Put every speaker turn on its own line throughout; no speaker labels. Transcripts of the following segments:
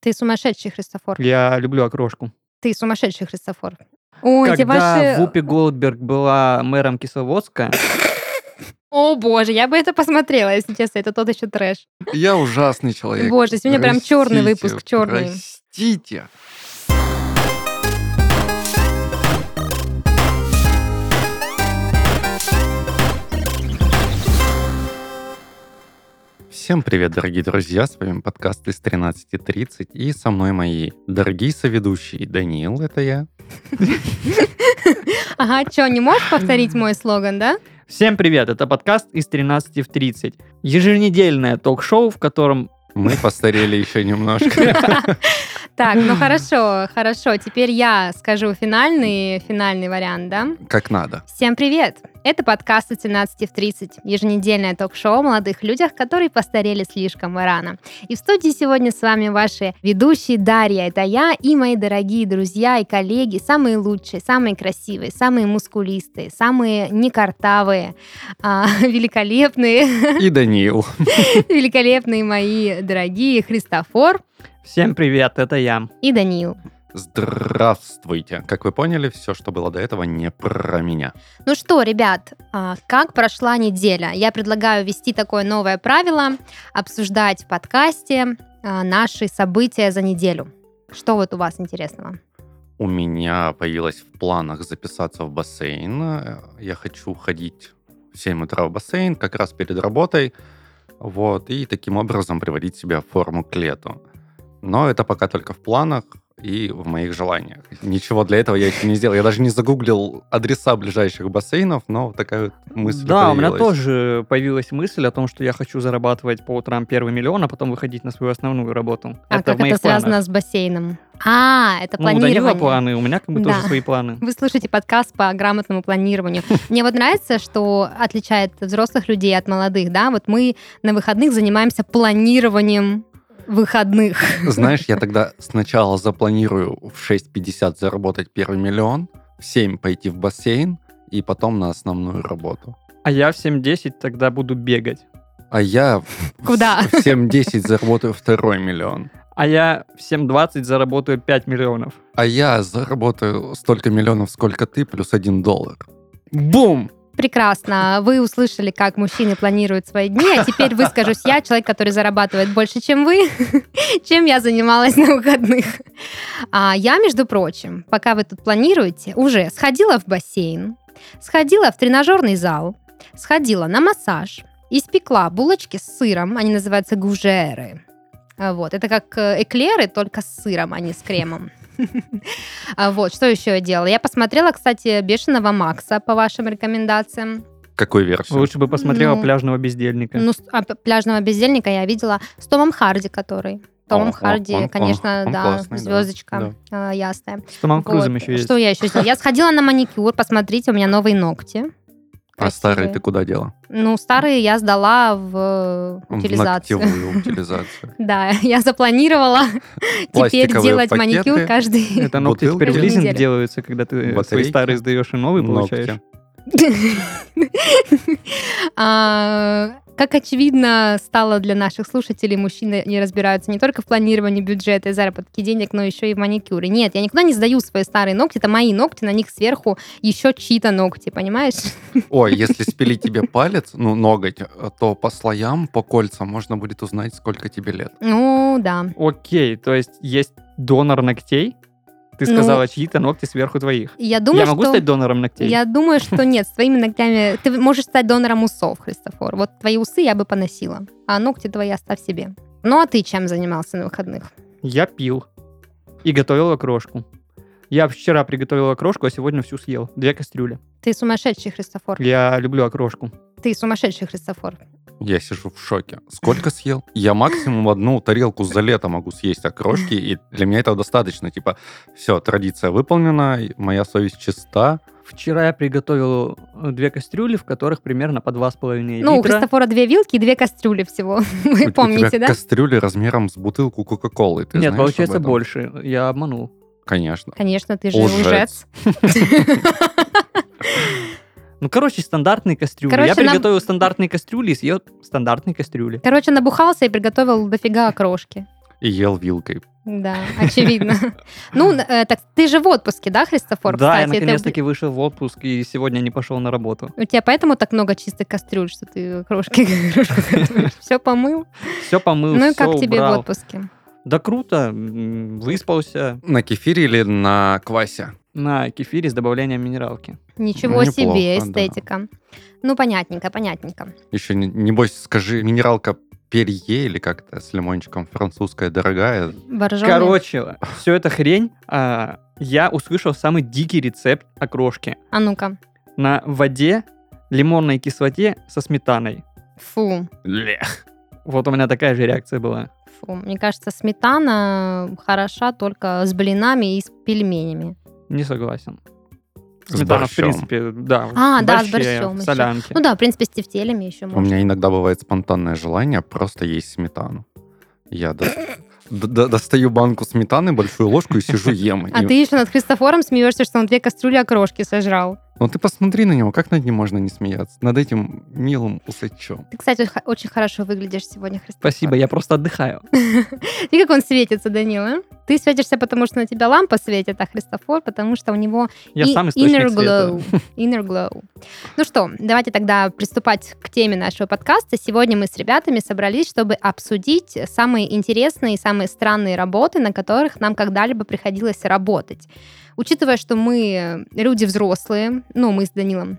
Ты сумасшедший Христофор.
Я люблю окрошку.
Ты сумасшедший Христофор. Ой, эти
Когда
ваши...
Вупи Голдберг была мэром Кисловодска,
О, боже, я бы это посмотрела, если честно. Это тот еще трэш.
Я ужасный человек.
Боже, сегодня прям чёрный
Простите,
выпуск, чёрный.
Простите. Всем привет, дорогие друзья, с вами подкаст из 13.30 и со мной мои дорогие соведущие. Даниил, это я.
Ага, что, не можешь повторить мой слоган, да?
Всем привет, это подкаст из 13 в 30. Еженедельное ток-шоу, в котором...
Мы постарели еще немножко.
Так, ну хорошо, хорошо. Теперь я скажу финальный, финальный вариант, да?
Как надо.
Всем привет! Это подкаст от 17 в 30, еженедельное ток-шоу о молодых людях, которые постарели слишком рано. И в студии сегодня с вами ваши ведущие Дарья, это я, и мои дорогие друзья и коллеги, самые лучшие, самые красивые, самые мускулистые, самые некартавые, а, великолепные,
И Даниил.
великолепные мои дорогие Христофор
Всем привет, это я.
и Даниил.
Здравствуйте. Как вы поняли, все, что было до этого, не про меня.
Ну что, ребят, а, как прошла неделя? Я предлагаю ввести такое новое правило, обсуждать в подкасте а, наши события за неделю. Что вот у вас интересного?
У меня появилось в планах записаться в бассейн. Э, Я хочу ходить в 7 утра в бассейн, как раз перед работой. Вот, и таким образом приводить себя в форму к лету. Но это пока только в планах и в моих желаниях. Ничего для этого я еще не сделал. Я даже не загуглил адреса ближайших бассейнов, но вот такая вот мысль
да, у меня
появилась.
тоже появилась мысль о том, что я хочу зарабатывать по утрам первый миллион, а потом выходить на свою основную работу.
А
это в
как
моих
это связано
планах.
с бассейном? А, это
Ну, у Данила
планирование.
планы, у меня как бы
Да.
тоже свои планы.
Вы слушаете подкаст по грамотному планированию. Мне вот нравится, что отличает взрослых людей от молодых, да? Вот мы на выходных занимаемся планированием выходных.
Знаешь, я тогда сначала запланирую в 6.50 заработать первый миллион, в 7 пойти в бассейн и потом на основную работу.
А я в 7-10 тогда буду бегать.
А я в-
Куда?
в 7.10 заработаю второй миллион.
А я в 7.20 заработаю 5 миллионов.
А я заработаю столько миллионов, сколько ты, плюс один доллар. Бум!
Прекрасно. Вы услышали, как мужчины планируют свои дни, а теперь выскажусь я, человек, который зарабатывает больше, чем вы, чем я занималась на выходных. А я, между прочим, пока вы тут планируете, уже сходила в бассейн, сходила в тренажерный зал, сходила на массаж, испекла булочки с сыром, они называются гужеры. А, Вот, это как э, эклеры, только с сыром, а не с кремом. А Вот, что еще я делала? Я посмотрела, кстати, «Бешеного Макса» по вашим рекомендациям.
Какой версию?
Лучше бы посмотрела
Ну.
пляжного бездельника.
Ну, с- а, п- «Пляжного бездельника» я видела с Томом Харди, который... Томом
О,
Харди,
он- он-
конечно,
он
да,
классный, да,
звездочка э, ясная.
С Томом Крузом
Вот.
еще есть.
Что я еще сделала? Я сходила на маникюр, посмотрите, у меня новые ногти.
а старый
красивые.
ты куда дела?
Ну, старые я сдала в э,
В
утилизацию.
ногтевую утилизацию.
Да, я запланировала теперь
Пластиковые
делать
пакеты.
маникюр каждый.
Это ногти
Бутылки.
теперь в
Каждую
лизинг
неделю.
делаются, когда ты свои
Батарейки.
старые сдаешь и новые
Ногти.
получаешь.
А, Как очевидно стало для наших слушателей, мужчины не разбираются не только в планировании бюджета и заработке денег, но еще и в маникюре. Нет, я никуда не сдаю свои старые ногти, это мои ногти, на них сверху еще чьи-то ногти, понимаешь?
Ой, если спилить тебе палец, ну, ноготь, то по слоям, по кольцам можно будет узнать, сколько тебе лет.
Ну, да.
Окей, то есть есть донор ногтей? Ты
Ну.
сказала, чьи-то ногти сверху твоих.
Я думаю,
я могу
что...
стать донором ногтей?
Я думаю, что нет, с твоими ногтями... Ты можешь стать донором усов, Христофор. Вот твои усы я бы поносила, а ногти твои оставь себе. Ну, а ты чем занимался на выходных?
Я пил и готовил окрошку. Я вчера приготовил окрошку, а сегодня всю съел. Две кастрюли.
Ты сумасшедший, Христофор.
Я люблю окрошку.
Ты сумасшедший, Христофор.
Я сижу в шоке. Сколько съел? Я максимум одну тарелку за лето могу съесть окрошки, и для меня этого достаточно. Типа, все, традиция выполнена, и моя совесть чиста.
Вчера я приготовил э, две кастрюли, в которых примерно по два с половиной
Ну, у
литра.
Христофора две вилки и две кастрюли всего.
У-
Вы
у
помните,
тебя
да?
кастрюли размером с бутылку Кока-Колы. Ты
Нет,
знаешь
получается
об этом?
больше. Я обманул.
Конечно.
Конечно, ты же лжец.
Лжец.
Ну, короче, стандартные кастрюли.
Короче,
я
нам-
приготовил стандартные кастрюли и съел стандартные кастрюли.
Короче, набухался и приготовил дофига окрошки.
И ел вилкой.
Да, очевидно. Ну, э, так ты же в отпуске, да, Христофор?
да,
кстати?
я
Это-
наконец-таки вышел в отпуск и сегодня не пошел на работу.
У тебя поэтому так много чистых кастрюль, что ты крошки все помыл?
Все помыл,
Ну и
всё
как тебе в
убрал.
отпуске?
Да круто, м, выспался
На кефире или на квасе?
на кефире с добавлением минералки.
Ничего
Ну,
неплохо,
себе,
да.
эстетика. Ну, понятненько, понятненько.
Еще, не- небось, скажи, минералка перье или как-то с лимончиком французская дорогая.
Вооружённые-
Короче, все это хрень. а, я услышал самый дикий рецепт окрошки.
А ну-ка.
На воде, лимонной кислоте со сметаной.
Фу,
Лех.
Вот у меня такая же реакция была.
фу. Мне кажется, сметана хороша только с блинами и с пельменями.
Не согласен.
С
Сметана, в
борщом.
принципе, да.
А,
в
да, с
борще,
борщом
в
ещё.
солянке.
Ну да, в принципе, с тефтелями еще
У
можно.
меня иногда бывает спонтанное желание просто есть сметану. Я до- до- до- достаю банку сметаны, большую ложку и сижу ем.
А
И-
ты еще над Христофором смеешься, что он две кастрюли окрошки сожрал.
Ну ты посмотри на него, как над ним можно не смеяться? Над этим милым усачом.
Ты, кстати, х- очень хорошо выглядишь сегодня, Христофор.
Спасибо, я просто отдыхаю.
И как он светится, Данила? а? Ты светишься, потому что на тебя лампа светит, а Христофор, потому что у него
Я
и-
сам источник
inner
света.
glow. Inner glow. Ну что, давайте тогда приступать к теме нашего подкаста. Сегодня мы с ребятами собрались, чтобы обсудить самые интересные и самые странные работы, на которых нам когда-либо приходилось работать. Учитывая, что мы люди взрослые, ну, мы с Данилом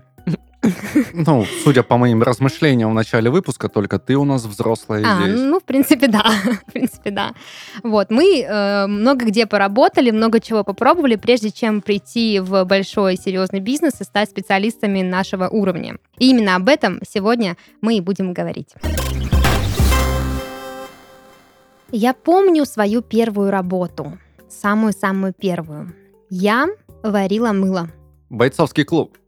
Ну, судя по моим размышлениям в начале выпуска, только ты у нас взрослая
А,
здесь.
ну, в принципе, да. в принципе, да. Вот, мы э, много где поработали, много чего попробовали, прежде чем прийти в большой серьезный бизнес и стать специалистами нашего уровня. И именно об этом сегодня мы и будем говорить. Я помню свою первую работу, самую-самую первую. Я варила мыло.
Бойцовский клуб.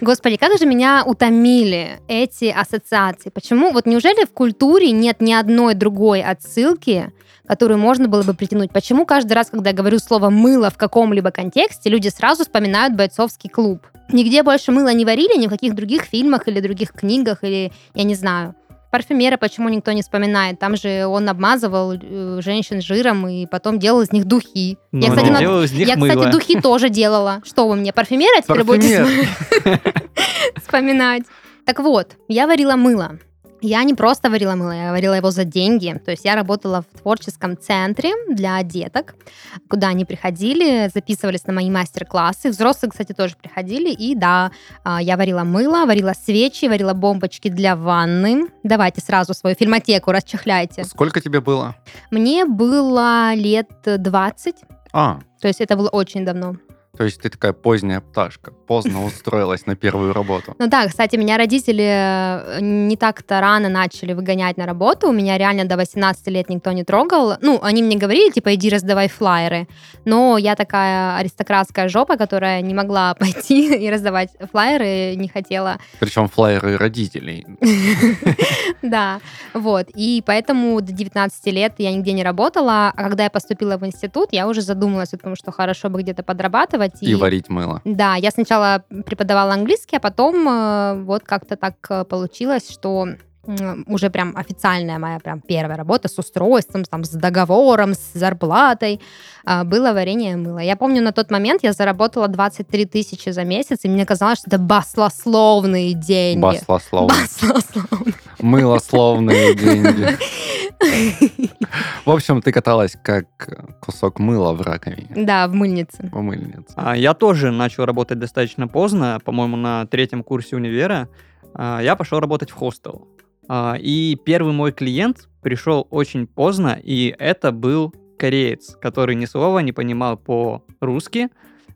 Господи, как же меня утомили эти ассоциации. Почему? Вот неужели в культуре нет ни одной другой отсылки, которую можно было бы притянуть? Почему каждый раз, когда я говорю слово «мыло» в каком-либо контексте, люди сразу вспоминают бойцовский клуб? Нигде больше мыло не варили, ни в каких других фильмах или других книгах, или я не знаю. Парфюмера почему никто не вспоминает? Там же он обмазывал э, женщин жиром и потом делал из них духи.
Но
я, кстати,
не
на-
делаю из них
я,
мыло.
кстати, духи тоже делала. Что вы мне, парфюмера теперь будете
Парфюмер.
вспоминать. Так вот, я варила мыло. Я не просто варила мыло, я варила его за деньги. То есть я работала в творческом центре для деток, куда они приходили, записывались на мои мастер-классы. Взрослые, кстати, тоже приходили. И да, а, я варила мыло, варила свечи, варила бомбочки для ванны. Давайте сразу свою фильмотеку расчехляйте.
Сколько тебе было?
Мне было лет 20,
А,
то есть это было очень давно.
то есть ты такая поздняя пташка, поздно устроилась на первую работу.
Ну да, кстати, меня родители э, не так-то рано начали выгонять на работу. У меня реально до 18 лет никто не трогал. Ну, они мне говорили, типа, иди раздавай флайеры. Но я такая аристократская жопа, которая не могла пойти и раздавать флайеры, не хотела.
Причем флайеры родителей.
Да, вот. И поэтому до 19 лет я нигде не работала. А когда я поступила в институт, я уже задумалась о том, что хорошо бы где-то подрабатывать.
И варить мыло.
Да, я сначала преподавала английский, а потом э, вот как-то так э, получилось, что м, уже прям официальная моя прям первая работа с устройством, там, с договором, с зарплатой, а, было варенье мыла. Я помню, на тот момент я заработала 23 тысячи за месяц, и мне казалось, что это баслословные деньги.
Баслословно.
Баслословные.
Мылословные деньги. В общем, ты каталась как кусок мыла в раковине.
Да, в мыльнице.
В мыльнице.
А, Я тоже начал работать достаточно поздно, по-моему, на третьем курсе универа. А, Я пошел работать в хостел. А, И первый мой клиент пришел очень поздно, и это был кореец, который ни слова не понимал по-русски,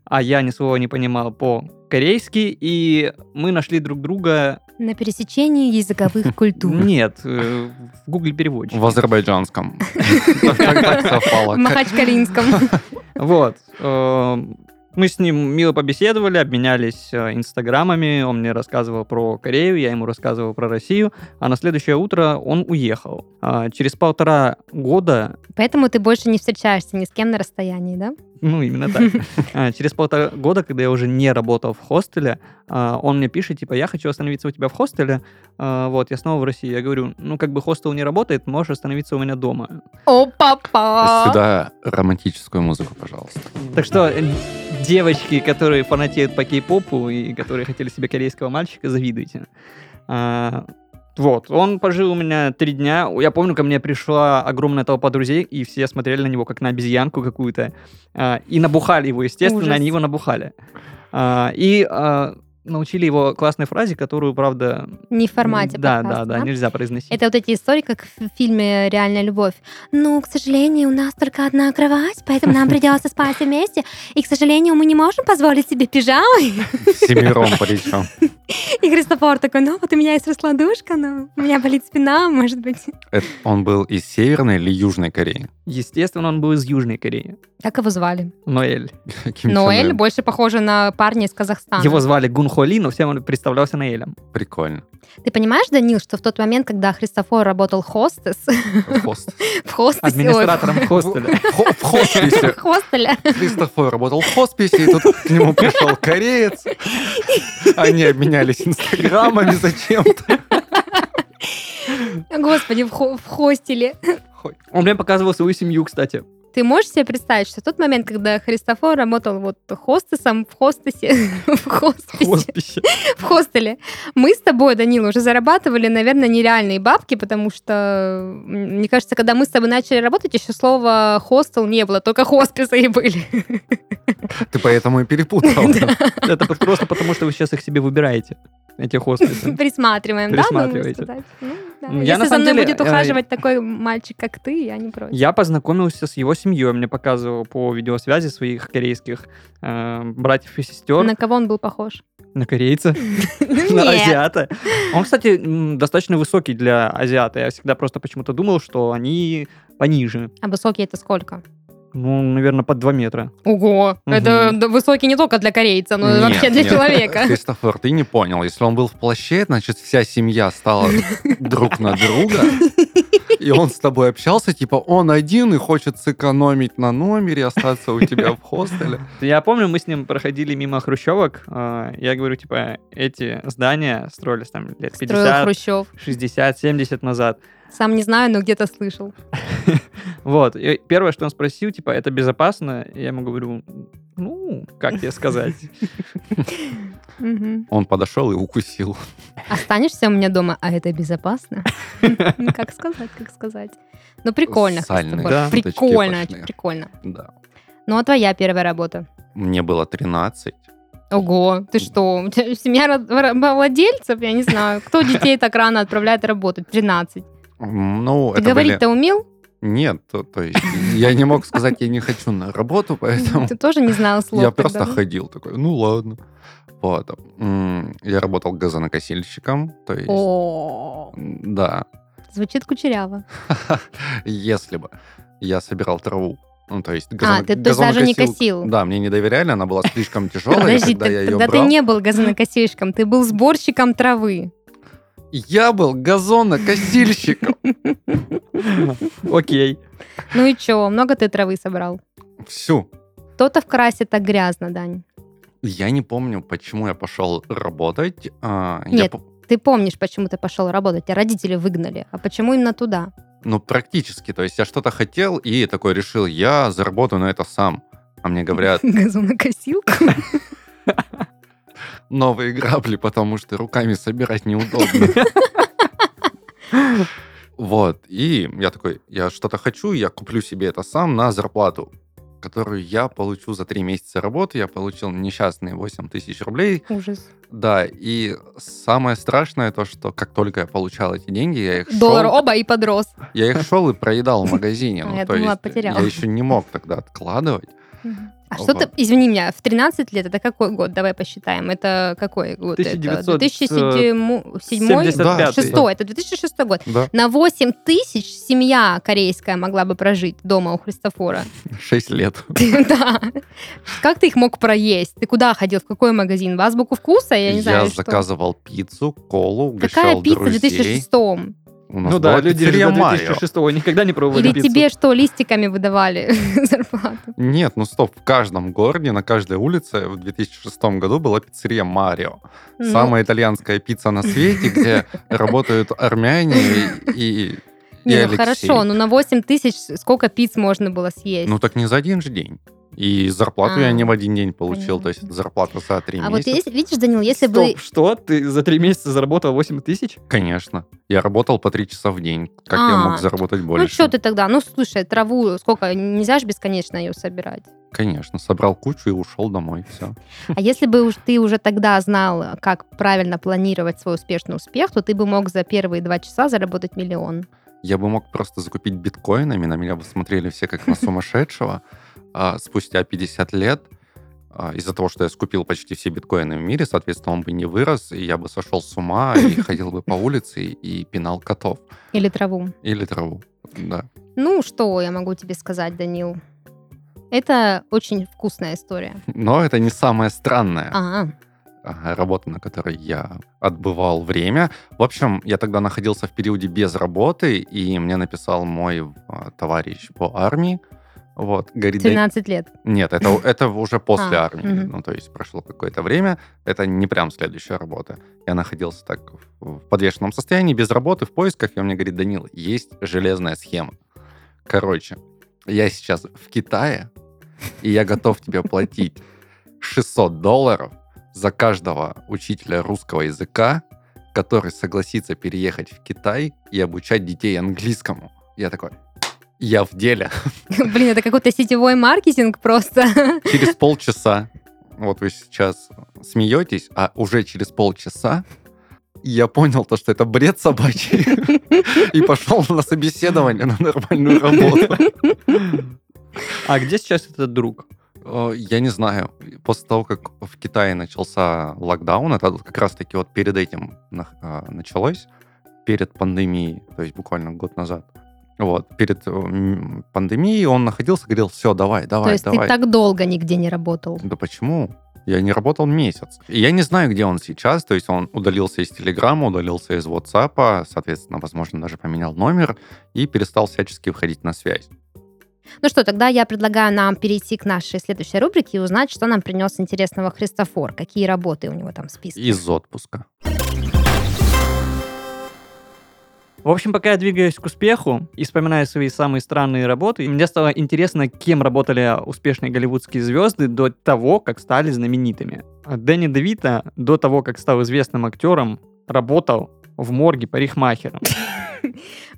а я ни слова не понимал по-корейски, и мы нашли друг друга...
На пересечении языковых культур.
Нет, э, в Google переводчике.
В азербайджанском. Так- так- так совпало.
В Махачкалинском.
Вот. э, Мы с ним мило побеседовали, обменялись э, инстаграмами. Он мне рассказывал про Корею, я ему рассказывал про Россию. А на следующее утро он уехал. А Через полтора года
Поэтому ты больше не встречаешься ни с кем на расстоянии, да?
Ну, именно так. А, Через полтора года, когда я уже не работал в хостеле, а, он мне пишет, типа, я хочу остановиться у тебя в хостеле, А, вот, я снова в России. Я говорю, ну, как бы хостел не работает, можешь остановиться у меня дома.
Опа-па!
Сюда романтическую музыку, пожалуйста.
Так что, э, девочки, которые фанатеют по кей-попу и которые хотели себе корейского мальчика, завидуйте. А, вот, он пожил у меня три дня. Я помню, ко мне пришла огромная толпа друзей, и все смотрели на него как на обезьянку какую-то. А, и набухали его, естественно,
Ужас.
они его набухали. А, и а, научили его классной фразе, которую, правда...
Не в формате
Да,
подкаста,
да, да, нельзя произносить.
Это вот эти истории, как в фильме «Реальная любовь». Ну, к сожалению, у нас только одна кровать, поэтому нам придется спать вместе. И, к сожалению, мы не можем позволить себе пижамы.
Семером причем.
И Христофор такой, ну, вот у меня есть раскладушка, но у меня болит спина, может быть.
Это Он был из Северной или Южной Кореи?
Естественно, он был из Южной Кореи.
Как его звали?
Ноэль.
Ким Чен
Ноэль
Ын.
больше похоже на парня из Казахстана.
Его звали Гун Хо Ли, но всем он представлялся Ноэлем.
Прикольно.
Ты понимаешь, Данил, что в тот момент, когда Христофор работал хостес,
Хост.
в хостесе...
Администратором хостеля.
Хо- В
ой,
хосписе.
в хостеле,
Христофор работал в хосписе, и тут к нему пришел кореец. Они обменялись инстаграмами зачем-то.
господи, в хо- в хостеле.
Он мне показывал свою семью, кстати.
Ты можешь себе представить, что в тот момент, когда Христофор работал вот хостесом в хостесе, в хосписе,
Хоспище.
в хостеле, мы с тобой, Данил, уже зарабатывали, наверное, нереальные бабки, потому что, м, мне кажется, когда мы с тобой начали работать, еще слова хостел не было, только хосписы и были.
Ты поэтому и перепутал.
Это по- просто потому, что вы сейчас их себе выбираете, эти хосписы.
Присматриваем, да, думаю
Присматриваете.
сказать? Ну, да.
Ну, я
Если
на
за
самом
мной
деле,
будет
э,
ухаживать такой мальчик, как ты, я не против.
Я познакомился с его семьей, мне показывал по видеосвязи своих корейских э, братьев и сестер,
На
на,
кого он был похож?
корейца, на
Нет.
азиата. Он, кстати, м, достаточно высокий для азиата. Я всегда просто почему-то думал, что они пониже.
А высокий это сколько?
Ну, наверное, под 2 метра.
Ого,
Мгм.
это д- высокий не только для корейца, но и
Нет,
ну, вообще для
нет.
человека.
Христофор, ты не понял. Если он был в плаще, значит, вся семья стала друг на друга. И он с тобой общался, типа, он один и хочет сэкономить на номере, остаться у тебя в хостеле.
Я помню, мы с ним проходили мимо хрущевок. э, Я говорю, типа, эти здания строились там лет
Строил
50,
Хрущев.
60, 70 назад.
Сам не знаю, но где-то слышал.
Вот. И первое, что он спросил, типа, это безопасно? Я ему говорю, ну, как тебе сказать?
Мгм.
Он подошел и укусил.
Останешься у меня дома, а это безопасно? Ну, Как сказать, как сказать. Ну, прикольно.
Сальные
Христофор.
да,
шуточки
Прикольно,
пошли.
прикольно.
Да.
Ну, а твоя первая работа?
Мне было 13.
Ого, ты что? У тебя семья ра- ра- владельцев? Я не знаю. Кто детей так рано отправляет работать? 13.
М, Ну,
Ты
это были...
говорить-то умел?
Нет, то, то есть я не мог сказать, я не хочу на работу, поэтому
Ты тоже не знал слов.
я
тогда,
просто
да?
ходил такой, ну ладно. Вот. М, Я работал газонокосильщиком, то есть...
О,
м, Да,
звучит кучеряво.
Если бы я собирал траву. Ну, то есть
А, ты то есть даже не косил.
Да, мне не доверяли, она была слишком тяжелая, и
Подожди,
когда
так
я ее
тогда ты
брал.
не был газонокосильщиком, ты был сборщиком травы.
Я был газонокосильщиком.
Окей.
Ну и чё, много ты травы собрал?
Всю.
Кто-то в красе так грязно, Дань.
Я не помню, почему я пошел работать. А, я
Нет.
по-
Ты помнишь, почему ты пошел работать, а родители выгнали. А почему именно туда?
Ну, практически. То есть я что-то хотел и такой решил, я заработаю на это сам. А мне говорят,
Газонокосилка?
новые грабли, потому что руками собирать неудобно. Вот, и я такой, я что-то хочу, я куплю себе это сам на зарплату, которую я получу за три месяца работы. Я получил несчастные 8 тысяч рублей.
Ужас.
Да, и самое страшное то, что как только я получал эти деньги, я их шел-
Доллар оба и подрос.
я их шел и проедал в магазине.
А,
Ну,
я
то
думала,
есть
потерял.
Я еще не мог тогда откладывать.
А что ты,
Вот.
извини меня, в 13 лет, это какой год? Давай посчитаем. Это какой год?
1900,
2007
Да,
75-й.
Шестой, это 2006 год.
Да,
На 8 тысяч семья корейская могла бы прожить дома у Христофора.
6 лет.
Да. Как ты их мог проесть? Ты куда ходил? В какой магазин? В Азбуку вкуса? Я не знаю, что.
заказывал пиццу, колу,
Какая
угощал
пицца в
друзей.
2006 -м?
У нас
Ну да,
была
люди
пиццерия
же до
Марио.
2006 никогда не пробовали
Или
пиццу.
тебе что, листиками выдавали зарплату?
Нет, ну стоп, в каждом городе, на каждой улице в 2006 году была пиццерия Марио.
Ну,
Самая итальянская пицца на свете, где работают армяне и, и
не, ну
Алексей.
хорошо, ну на 8 тысяч сколько пиц можно было съесть?
Ну так не за один же день. И зарплату
А,
я не в один день получил,
понятно.
то есть это зарплата за три
а вот
месяца.
если, видишь, Данил, если
Стоп,
бы...
что? Ты за три месяца заработал 8 тысяч?
Конечно. Я работал по три часа в день. Как я
А,
мог заработать больше?
Ну что ты тогда? Ну слушай, траву сколько? Нельзя же бесконечно ее собирать.
Конечно. Собрал кучу и ушел домой. Все.
А если бы уж ты уже тогда знал, как правильно планировать свой успешный успех, то ты бы мог за первые два часа заработать миллион.
Я бы мог просто закупить биткоинами, на меня бы смотрели все как на сумасшедшего. А спустя 50 лет а, из-за того, что я скупил почти все биткоины в мире, соответственно, он бы не вырос, и я бы сошел с ума и ходил бы по улице и пинал котов
Или траву.
или траву. Да.
Ну что я могу тебе сказать, Данил? Это очень вкусная история.
Но это не самое странное.
А,
а, работа, на которой я отбывал время. В общем, я тогда находился в периоде без работы, и мне написал мой а, товарищ по армии. Вот, говорит, «Да
13 лет.
нет, это, это уже после
А,
армии.
мгм.
Ну, то есть прошло какое-то время. Это не прям следующая работа. Я находился так в в подвешенном состоянии, без работы, в поисках. И он мне говорит, Данил, есть железная схема. Короче, я сейчас в Китае, и я готов тебе платить 600 долларов за каждого учителя русского языка, который согласится переехать в Китай и обучать детей английскому. Я такой, я в деле.
Блин, это какой-то сетевой маркетинг просто.
через полчаса, вот вы сейчас смеетесь, а уже через полчаса я понял то, что это бред собачий, и пошел на собеседование на нормальную работу.
А где сейчас этот друг?
Э, Я не знаю, после того, как в Китае начался локдаун, это вот как раз-таки вот перед этим на- э, началось, перед пандемией, то есть буквально год назад. Вот, перед э, м, пандемией он находился, говорил, все, давай, давай,
То есть ты
давай.
так долго нигде не работал.
Да почему? Я не работал месяц. И я не знаю, где он сейчас. То есть он удалился из Телеграма, удалился из WhatsApp, соответственно, возможно, даже поменял номер и перестал всячески выходить на связь.
Ну что, тогда я предлагаю нам перейти к нашей следующей рубрике и узнать, что нам принес интересного Христофор, какие работы у него там в списке.
Из отпуска.
В общем, пока я двигаюсь к успеху и вспоминаю свои самые странные работы, мне стало интересно, кем работали успешные голливудские звезды до того, как стали знаменитыми. А Дэнни Девита до того, как стал известным актером, работал в морге парикмахером.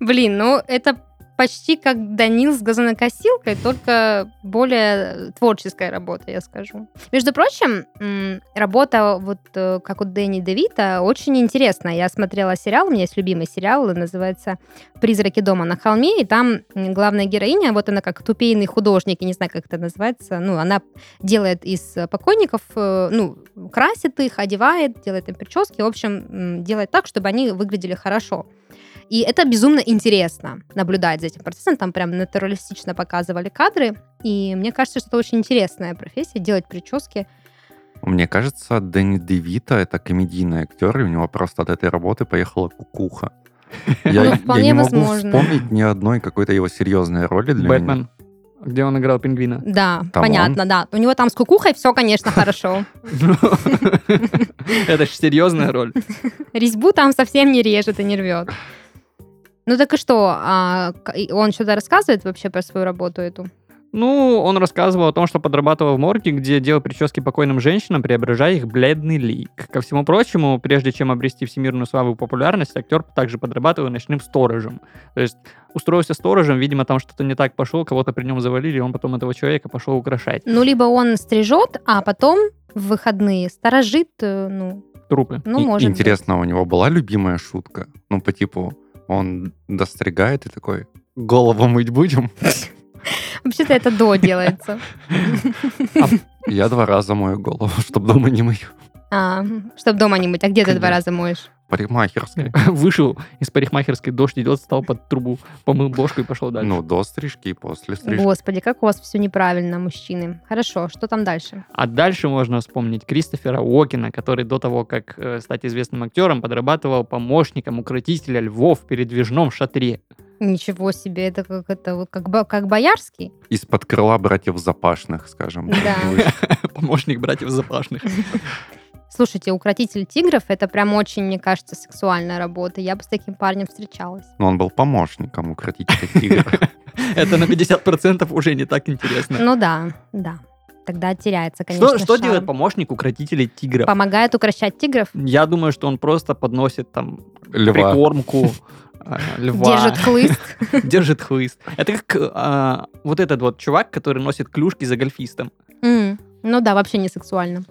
Блин, ну это почти как Данил с газонокосилкой, только более творческая работа, я скажу. Между прочим, м, работа вот э, как у Дэнни Девита очень интересная. Я смотрела сериал, у меня есть любимый сериал, он называется «Призраки дома на холме», и там м, главная героиня, вот она как тупейный художник, я не знаю, как это называется, ну, она делает из э, покойников, э, ну, красит их, одевает, делает им прически, в общем, м, делает так, чтобы они выглядели хорошо. И это безумно интересно наблюдать за этим процессом. Там прям натуралистично показывали кадры. И мне кажется, что это очень интересная профессия, делать прически.
Мне кажется, Дэнни Девита это комедийный актер, и у него просто от этой работы поехала кукуха. Я,
Ну, вполне
я не могу
возможно.
вспомнить ни одной какой-то его серьезной роли для меня.
Бэтмен, где он играл пингвина.
Да,
Там
понятно, да. У него там с кукухой все, конечно, хорошо.
Это же серьезная роль.
Резьбу там совсем не режет и не рвет. Ну так и что, а, к- и он что-то рассказывает вообще про свою работу эту?
Ну, он рассказывал о том, что подрабатывал в морге, где делал прически покойным женщинам, преображая их в бледный лик. Ко всему прочему, прежде чем обрести всемирную славу и популярность, актер также подрабатывал ночным сторожем. То есть устроился сторожем, видимо, там что-то не так пошло, кого-то при нем завалили, и он потом этого человека пошел украшать.
Ну либо он стрижет, а потом в выходные сторожит, э, ну,
Трупы.
ну
И-
может быть.
Интересно, у него была любимая шутка? Ну, по типу, он достригает и такой, голову мыть будем?
Вообще-то это до делается.
Я два раза мою голову, чтобы дома не мою.
А, чтоб дома не мыть. А где ты два
Конечно.
раза моешь?
парикмахерской.
Вышел из парикмахерской, дождь идет, стал под трубу, помыл бошку и пошел дальше.
Ну, до стрижки и после стрижки.
Господи, как у вас все неправильно, мужчины. Хорошо, что там дальше?
А дальше можно вспомнить Кристофера Уокина, который до того, как э, стать известным актером, подрабатывал помощником укротителя львов в передвижном шатре.
Ничего себе, это как это вот как, бо- как боярский?
Из-под крыла братьев Запашных, скажем. Ну,
Да.
Выше.
Помощник братьев Запашных.
Слушайте, укротитель тигров это прям очень, мне кажется, сексуальная работа. Я бы с таким парнем встречалась.
Но он был помощником укротителя тигра.
Это на 50% уже не так интересно.
Ну да, да. Тогда теряется, конечно.
Что, что
шарм.
делает помощник укротителей тигров?
Помогает укращать тигров,
Я думаю, что он просто подносит там
Льва.
прикормку э, льва,
держит хлыст.
держит хлыст. Это как э, а, вот этот вот чувак, который носит клюшки за гольфистом.
М, Ну да, вообще не сексуально.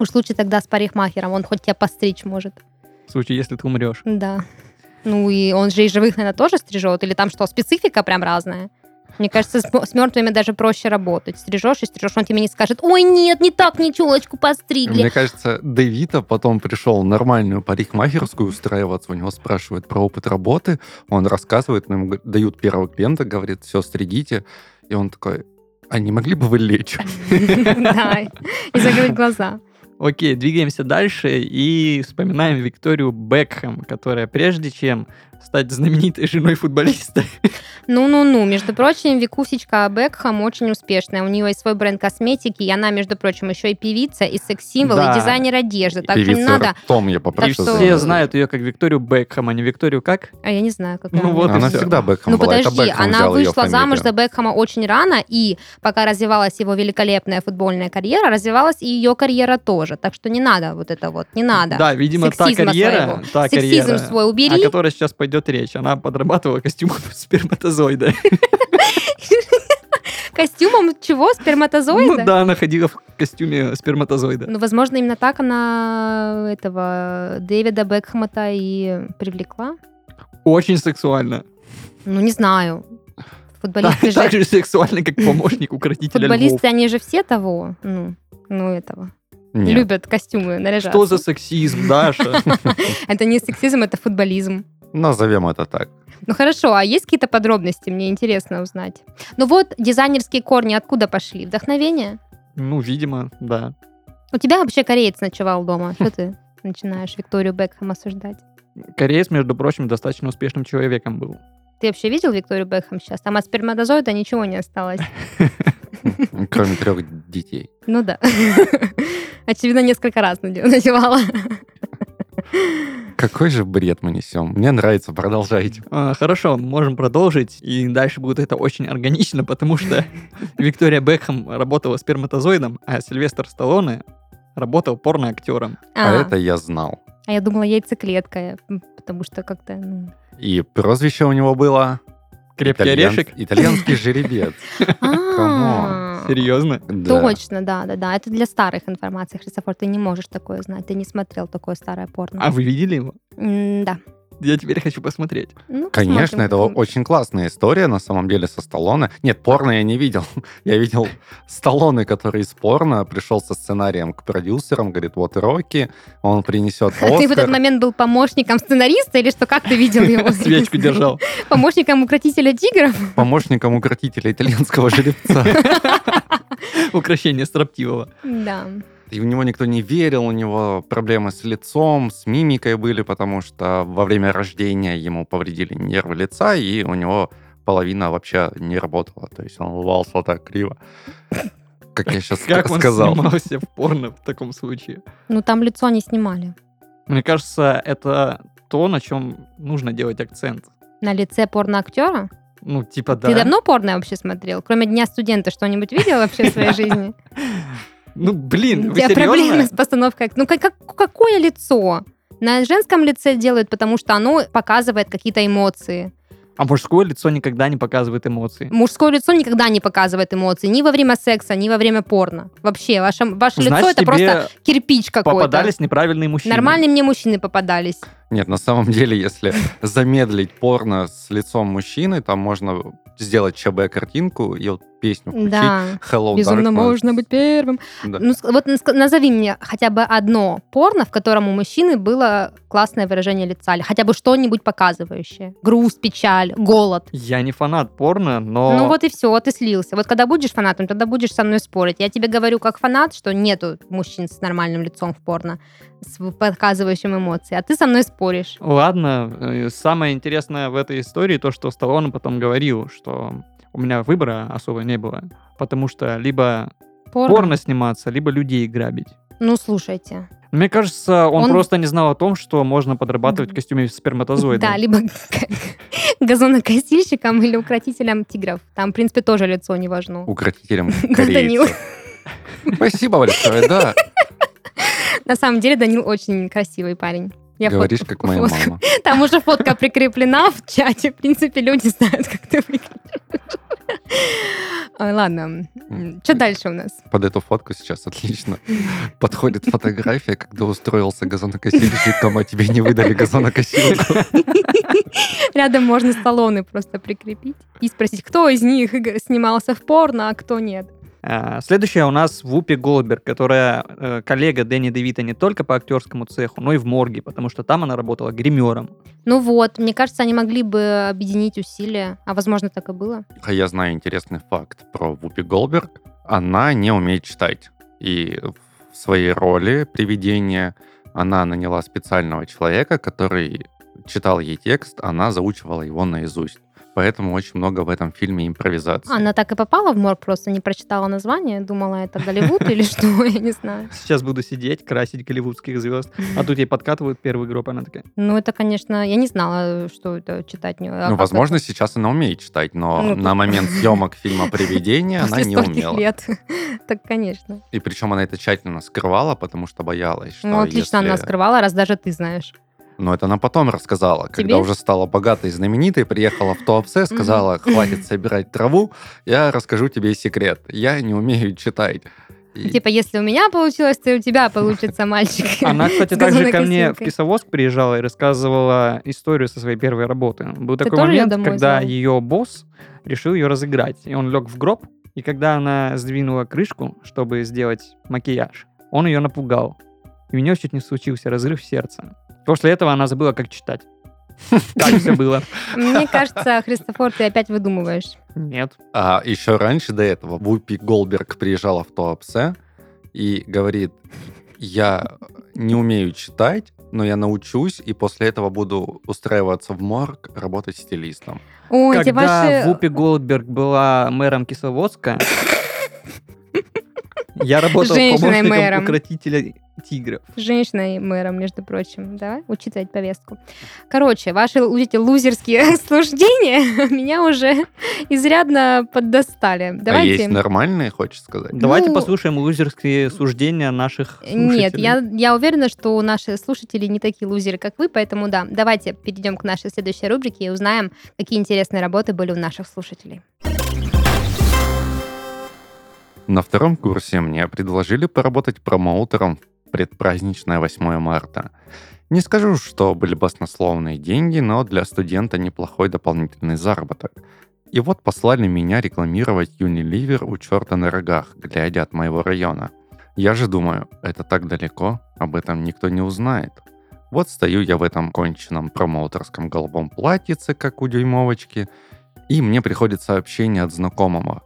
Уж лучше тогда с парикмахером, он хоть тебя постричь может.
В случае, если ты умрешь.
Да. Ну и он же и живых, наверное, тоже стрижет? Или там что, специфика прям разная? Мне кажется, с, мо- с мертвыми даже проще работать. Стрижешь и стрижешь, он тебе не скажет, ой, нет, не так, не челочку постригли.
Мне кажется, Дэвита потом пришел в нормальную парикмахерскую устраиваться, у него спрашивают про опыт работы, он рассказывает, но ему г- дают первого клиента, говорит, все, стригите, и он такой, а не могли бы вы лечь?
Да, и закрыть глаза.
Окей, двигаемся дальше и вспоминаем Викторию Бекхэм, которая прежде чем стать знаменитой женой футболиста,
Ну-ну-ну, между прочим, Викусечка Бекхэм очень успешная. У нее есть свой бренд косметики, и она, между прочим, еще и певица, и секс-символ,
Да.
и дизайнер одежды. А, Так что не
Певицу
надо.
ртом я
и
попрошу.
что-
все
заметить.
знают ее как Викторию Бекхэм, а не Викторию как?
А я не знаю, как
Ну вот и
Она
всё.
всегда Бекхэм
Ну
была, это
подожди,
Бекхэм
она
взял её
вышла
фамилию.
замуж за Бекхэма очень рано, и пока развивалась его великолепная футбольная карьера, развивалась и ее карьера тоже. Так что не надо вот это вот, не надо.
Да, видимо, та
Сексизма
карьера,
своего.
та
Сексизм
карьера, А
свой
о
убери.
которой сейчас пойдет речь. Она подрабатывала костюмом сперматозоида.
Костюмом чего? Сперматозоида?
Ну да, она ходила в костюме сперматозоида.
Ну, возможно, именно так она этого Дэвида Бекхэма-то и привлекла.
Очень сексуально.
Ну, не знаю.
Так
Футболисты
так
же...
же сексуально, как помощник укротителя львов.
Футболисты, они же все того, ну, ну этого.
Нет.
Любят костюмы наряжаться.
Что за сексизм, Даша?
Это не сексизм, это футболизм.
Назовем это так.
Ну хорошо, а есть какие-то подробности? Мне интересно узнать. Ну вот, дизайнерские корни откуда пошли? Вдохновение?
Ну, видимо, да.
У тебя вообще кореец ночевал дома. Что ты начинаешь Викторию Бекхэм осуждать?
Кореец, между прочим, достаточно успешным человеком был.
Ты вообще видел Викторию Бекхэм сейчас? Там от сперматозоида ничего не осталось.
Кроме трех детей.
Ну да. Очевидно, несколько раз наде- надевала.
Какой же бред мы несем. Мне нравится, продолжайте.
А, Хорошо, можем продолжить. И дальше будет это очень органично, потому что Виктория Бекхэм работала сперматозоидом, а Сильвестр Сталлоне работал порноактером.
А, это я знал.
а я думала, яйцеклетка, м, потому что как-то... ну.
И прозвище у него было...
Крепкий
итальян-
орешек?
Итальянский жеребец.
А,
Серьезно?
Да.
Точно, да, да, да. Это для старых информаций, Христофор. Ты не можешь такое знать. Ты не смотрел такое старое порно.
А вы видели его?
М, Да.
Я теперь хочу посмотреть.
Ну,
Конечно,
посмотрим
это
потом.
очень классная история, на самом деле, со Сталлоне. Нет, порно я не видел. Я видел Сталлоне, который из порно пришел со сценарием к продюсерам, говорит, вот Рокки, он принесет
А ты в этот
Оскар.
момент был помощником сценариста или что? Как ты видел его?
Свечку держал.
Помощником укротителя тигров?
помощником укротителя итальянского жеребца.
Украшение строптивого.
Да.
И в него никто не верил, у него проблемы с лицом, с мимикой были, потому что во время рождения ему повредили нервы лица, и у него половина вообще не работала. То есть он улыбался так криво. Как я сейчас
Как он
сказал.
снимался в порно в таком случае?
Ну, там лицо не снимали.
Мне кажется, это то, на чем нужно делать акцент.
На лице порноактера?
Ну, типа, да.
Ты давно порно вообще смотрел? Кроме Дня студента что-нибудь видел вообще в своей жизни?
Ну, блин,
У
вы
тебя проблемы с
серьезно?
постановкой. Ну, как- как- какое лицо? На женском лице делают, потому что оно показывает какие-то эмоции.
А мужское лицо никогда не показывает эмоций.
Мужское лицо никогда не показывает эмоций. Ни во время секса, ни во время порно. Вообще, ваше, ваше лицо
Значит,
это
тебе
просто кирпич какой-то.
попадались неправильные мужчины.
Нормальные мне мужчины попадались.
Нет, на самом деле, если замедлить порно с лицом мужчины, там можно сделать ЧБ-картинку и вот песню включить.
Да.
Hello,
Безумно
Darkness.
можно быть первым.
Да.
Ну, ск- вот наск- назови мне хотя бы одно порно, в котором у мужчины было классное выражение лица, или хотя бы что-нибудь показывающее. Груз, печаль, голод.
Я не фанат порно, но...
Ну вот и все, ты слился. Вот когда будешь фанатом, тогда будешь со мной спорить. Я тебе говорю как фанат, что нету мужчин с нормальным лицом в порно, с показывающим эмоции, а ты со мной споришь.
Ладно, э, самое интересное в этой истории то, что Сталлоне потом говорил, что у меня выбора особо не было, потому что либо порно, сниматься, либо людей грабить.
Ну, слушайте.
Мне кажется, он,
Он-
просто не знал о том, что можно подрабатывать в костюме сперматозоида.
Да, либо газонокосильщиком или укротителем тигров. Там, в принципе, тоже лицо не важно.
Укротителем
Да, Данил.
корейцев. Спасибо большое, да.
На самом деле Данил очень красивый парень. Я
Говоришь,
фотку-
как моя
фотку.
мама.
Там уже фотка прикреплена в чате. В принципе, люди знают, как ты выглядишь. Ой, Ладно, что дальше у нас?
Под эту фотку сейчас отлично подходит фотография, когда устроился газонокосильщиком, а тебе не выдали газонокосилку.
Рядом можно салоны просто прикрепить и спросить, кто из них иг- снимался в порно, а кто нет.
А, Следующая у нас Вупи Голдберг, которая э, коллега Дэнни Девита не только по актерскому цеху, но и в морге, потому что там она работала гримером.
Ну вот, мне кажется, они могли бы объединить усилия, а возможно так и было.
А я знаю интересный факт про Вупи Голберг. Она не умеет читать. И в своей роли привидения она наняла специального человека, который читал ей текст, она заучивала его наизусть. Поэтому очень много в этом фильме импровизации.
А, Она так и попала в морг, просто не прочитала название, думала, это Голливуд или что, я не знаю.
Сейчас буду сидеть, красить голливудских звезд, а тут ей подкатывают первый гроб, она такая.
Ну, это, конечно, я не знала, что это читать. не- а как
Ну,
это?
возможно, сейчас она умеет читать, но
Ну,
на
тут-
момент съемок фильма «Привидение» она
После
не
стольких
умела.
лет. Так, конечно.
И причем она это тщательно скрывала, потому что боялась, что
Ну, отлично
А если-
она скрывала, раз даже ты знаешь.
Но это она потом рассказала, когда
Тебе?
уже стала богатой и знаменитой, приехала в Туапсе, сказала, хватит собирать траву, я расскажу тебе секрет. Я не умею читать. И-
Типа, если у меня получилось, то и у тебя получится, мальчик.
Она, кстати,
С
также ко мне в
газонокосилкой.
Кисовоск приезжала и рассказывала историю со своей первой работы. Был
Ты
такой
тоже её
момент,
домой
когда
звал?
ее босс решил ее разыграть, и он лег в гроб, и когда она сдвинула крышку, чтобы сделать макияж, он ее напугал. И у нее чуть не случился разрыв сердца. После этого она забыла, как читать. Как все было?
Мне кажется, Христофор, ты опять выдумываешь.
Нет.
А еще раньше, до этого, Вупи Голберг приезжала в Туапсе и говорит, я не умею читать, но я научусь, и после этого буду устраиваться в морг, работать стилистом.
Ой, эти
Когда
ваши...
Вупи Голдберг была мэром Кисловодска, я работал
Женщиной
помощником
мэром.
укротителя тигров.
женщиной мэром, между прочим, да, учитывать повестку. Короче, ваши л- эти лузерские суждения меня уже изрядно поддостали.
А
Давайте.
есть нормальные, хочешь сказать?
Давайте
Ну,
послушаем лузерские суждения наших
Нет,
слушателей.
я, я уверена, что наши слушатели не такие лузеры, как вы, поэтому да, давайте перейдем к нашей следующей рубрике и узнаем, какие интересные работы были у наших слушателей.
На втором курсе мне предложили поработать промоутером в предпраздничное 8 марта. Не скажу, что были баснословные деньги, но для студента неплохой дополнительный заработок. И вот послали меня рекламировать Unilever у черта на рогах, глядя от моего района. Я же думаю, это так далеко, об этом никто не узнает. Вот стою я в этом конченном промоутерском голубом платьице, как у дюймовочки, и мне приходит сообщение от знакомого.